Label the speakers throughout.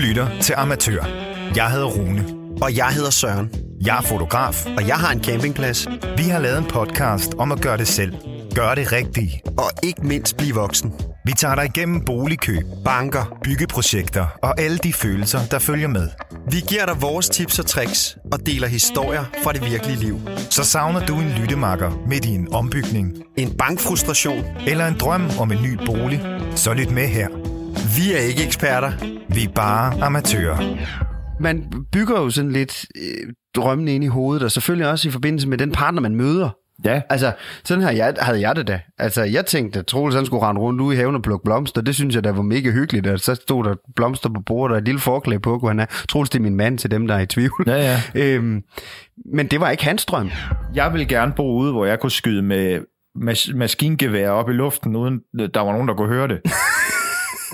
Speaker 1: lytter til Amatør. Jeg hedder Rune.
Speaker 2: Og jeg hedder Søren,
Speaker 1: Jeg er fotograf.
Speaker 2: og jeg har en campingplads.
Speaker 1: Vi har lavet en podcast om at gøre det selv. Gør det rigtige.
Speaker 2: Og ikke mindst blive voksen.
Speaker 1: Vi tager dig igennem boligkøb,
Speaker 2: Banker.
Speaker 1: byggeprojekter og alle de følelser, der følger med.
Speaker 2: Vi giver dig vores tips og tricks og deler historier fra det virkelige liv.
Speaker 1: Så savner du en lyttemakker midt i en ombygning
Speaker 2: En bankfrustration.
Speaker 1: eller en drøm om en ny bolig, så lyt med her.
Speaker 2: Vi er ikke eksperter.
Speaker 1: Vi er bare amatører.
Speaker 3: man bygger jo sådan lidt øh, drømmen ind i hovedet, og selvfølgelig også i forbindelse med den partner, man møder.
Speaker 4: Ja.
Speaker 3: Altså, sådan her jeg, havde jeg det da. Altså, jeg tænkte, at Troels han skulle rende rundt ude i haven og plukke blomster. Det synes jeg da var mega hyggeligt. Og så stod der blomster på bordet og et lille forklæde på, kunne han er. Troels, det er min mand til dem, der er i tvivl.
Speaker 4: Ja, ja.
Speaker 3: øhm, men det var ikke hans drøm.
Speaker 4: Jeg ville gerne bo ude, hvor jeg kunne skyde med mas- maskingevær op i luften, uden der var nogen, der kunne høre det.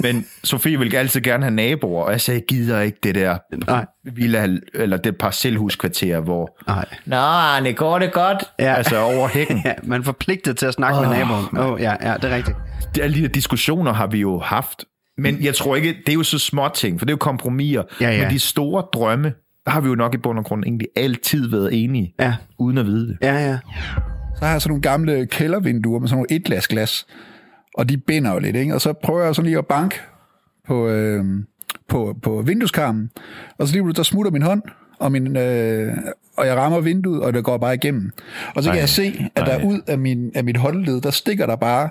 Speaker 4: Men Sofie ville altid gerne have naboer, og jeg sagde, jeg gider ikke det der
Speaker 3: Nej.
Speaker 4: villa, eller det parcelhuskvarter, hvor...
Speaker 3: Nej.
Speaker 4: Nå, Arne, går det godt?
Speaker 3: Ja.
Speaker 4: Ja. Altså over hækken.
Speaker 3: Ja, man er forpligtet til at snakke oh, med naboen. Åh, oh, ja, ja, det er rigtigt.
Speaker 4: alle de her diskussioner har vi jo haft. Men jeg tror ikke, det er jo så små ting, for det er jo kompromiser.
Speaker 3: Ja, ja.
Speaker 4: Men de store drømme, der har vi jo nok i bund og grund egentlig altid været enige,
Speaker 3: Ja.
Speaker 4: uden at vide det.
Speaker 3: Ja, ja.
Speaker 5: Så har jeg sådan nogle gamle kældervinduer med sådan nogle etglasglas, og de binder jo lidt, ikke? Og så prøver jeg sådan lige at banke på, øh, på, på vindueskarmen, og så lige pludselig, der smutter min hånd, og, min, øh, og jeg rammer vinduet, og det går bare igennem. Og så kan
Speaker 4: Ej,
Speaker 5: jeg se, at der
Speaker 4: ej.
Speaker 5: ud af, min, af mit håndled, der stikker der bare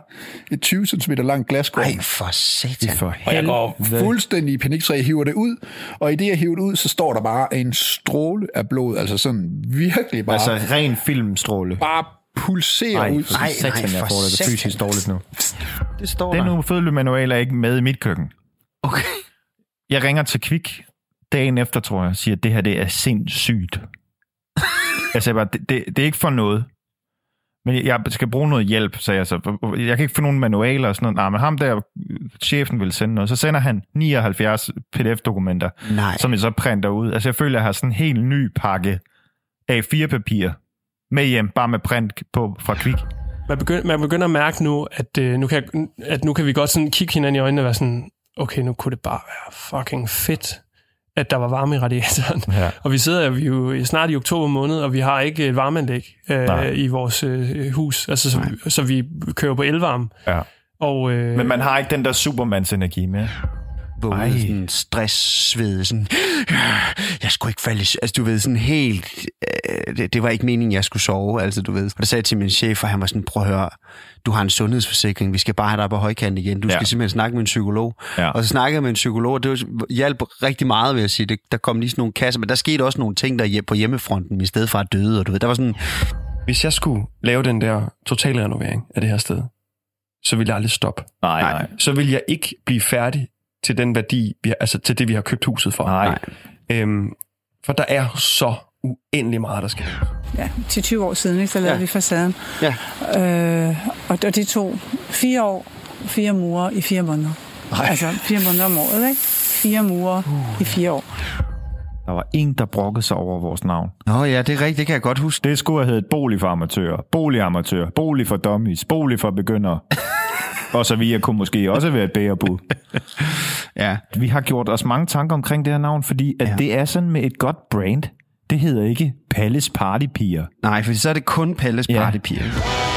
Speaker 5: et 20 cm lang glasgård.
Speaker 3: Ej, for satan.
Speaker 4: For
Speaker 5: Og jeg
Speaker 4: helvede.
Speaker 5: går fuldstændig i panik, så jeg hiver det ud. Og i det, jeg hiver det ud, så står der bare en stråle af blod. Altså sådan virkelig bare, altså,
Speaker 4: Altså ren filmstråle.
Speaker 5: bare pulserer
Speaker 4: Nej,
Speaker 5: ud.
Speaker 4: for satan, jeg får det
Speaker 3: satan.
Speaker 4: fysisk dårligt nu.
Speaker 3: Det står
Speaker 4: Den
Speaker 3: der.
Speaker 4: nu fødelemanual er ikke med i mit køkken.
Speaker 3: Okay.
Speaker 4: Jeg ringer til Kvik dagen efter, tror jeg, og siger, at det her det er sindssygt. jeg sagde bare, det, det, det er ikke for noget. Men jeg skal bruge noget hjælp, sagde jeg så. Jeg kan ikke få nogen manualer og sådan noget. Nej, men ham der, chefen vil sende noget. Så sender han 79 pdf-dokumenter,
Speaker 3: Nej.
Speaker 4: som jeg så printer ud. Altså jeg føler, jeg har sådan en helt ny pakke af fire papir med hjem, bare med print på fra Kvik.
Speaker 6: Man begynder, man begynder at mærke nu, at, øh, nu kan, jeg- at nu kan vi godt sådan kigge hinanden i øjnene og være sådan, okay, nu kunne det bare være fucking fedt, at der var varme i radiatoren.
Speaker 4: Ja.
Speaker 6: Og vi sidder vi er jo snart i oktober måned, og vi har ikke et varmeanlæg
Speaker 4: Nej.
Speaker 6: øh, i vores øh, hus, altså, så, så vi kører på elvarme.
Speaker 4: Ja.
Speaker 6: Og, øh,
Speaker 4: Men man har ikke den der Supermans-energi med.
Speaker 3: vågnede
Speaker 4: Ej.
Speaker 3: sådan stress sved, sådan, "Øh, jeg skulle ikke falde i søvn." Altså, du ved, sådan helt, øh, det, det, var ikke meningen, jeg skulle sove, altså, du ved. Og der sagde jeg til min chef, og han var sådan, prøv at høre, du har en sundhedsforsikring, vi skal bare have dig på højkant igen, du ja.
Speaker 4: Ja.
Speaker 3: skal simpelthen snakke med en psykolog.
Speaker 4: Ja.
Speaker 3: Og så snakkede jeg med en psykolog, og det var, hjalp rigtig meget, vil jeg sige. Det, der kom lige sådan nogle kasser, men der skete også nogle ting der hjem- på hjemmefronten, i stedet for at døde, og du ved, der var sådan,
Speaker 6: hvis jeg skulle lave den der totale renovering af det her sted, så ville jeg aldrig stoppe.
Speaker 4: Nej, nej.
Speaker 6: Så ville jeg ikke blive færdig til den værdi, vi har, altså til det, vi har købt huset for.
Speaker 4: Nej.
Speaker 6: Øhm, for der er så uendelig meget, der skal
Speaker 7: ja, til 20 år siden, ikke, så lavede
Speaker 3: Ja.
Speaker 7: ja. vi facaden.
Speaker 3: Ja.
Speaker 7: Øh, og, og det tog fire år, fire murer i fire måneder. Ej. Altså fire måneder om året, ikke? Fire murer uh. i fire år.
Speaker 4: Der var ingen, der brokkede sig over vores navn.
Speaker 3: Nå ja, det er rigtigt, det kan jeg godt huske.
Speaker 4: Det skulle have heddet bolig for amatører, bolig amatører, bolig for dummies, bolig for begyndere. og så vi kunne måske også være et bedre bud.
Speaker 3: Ja.
Speaker 4: Vi har gjort os mange tanker omkring det her navn, fordi at ja. det er sådan med et godt brand. Det hedder ikke Palles Partypiger.
Speaker 3: Nej, for så er det kun Palles
Speaker 4: Ja.
Speaker 3: partypiger.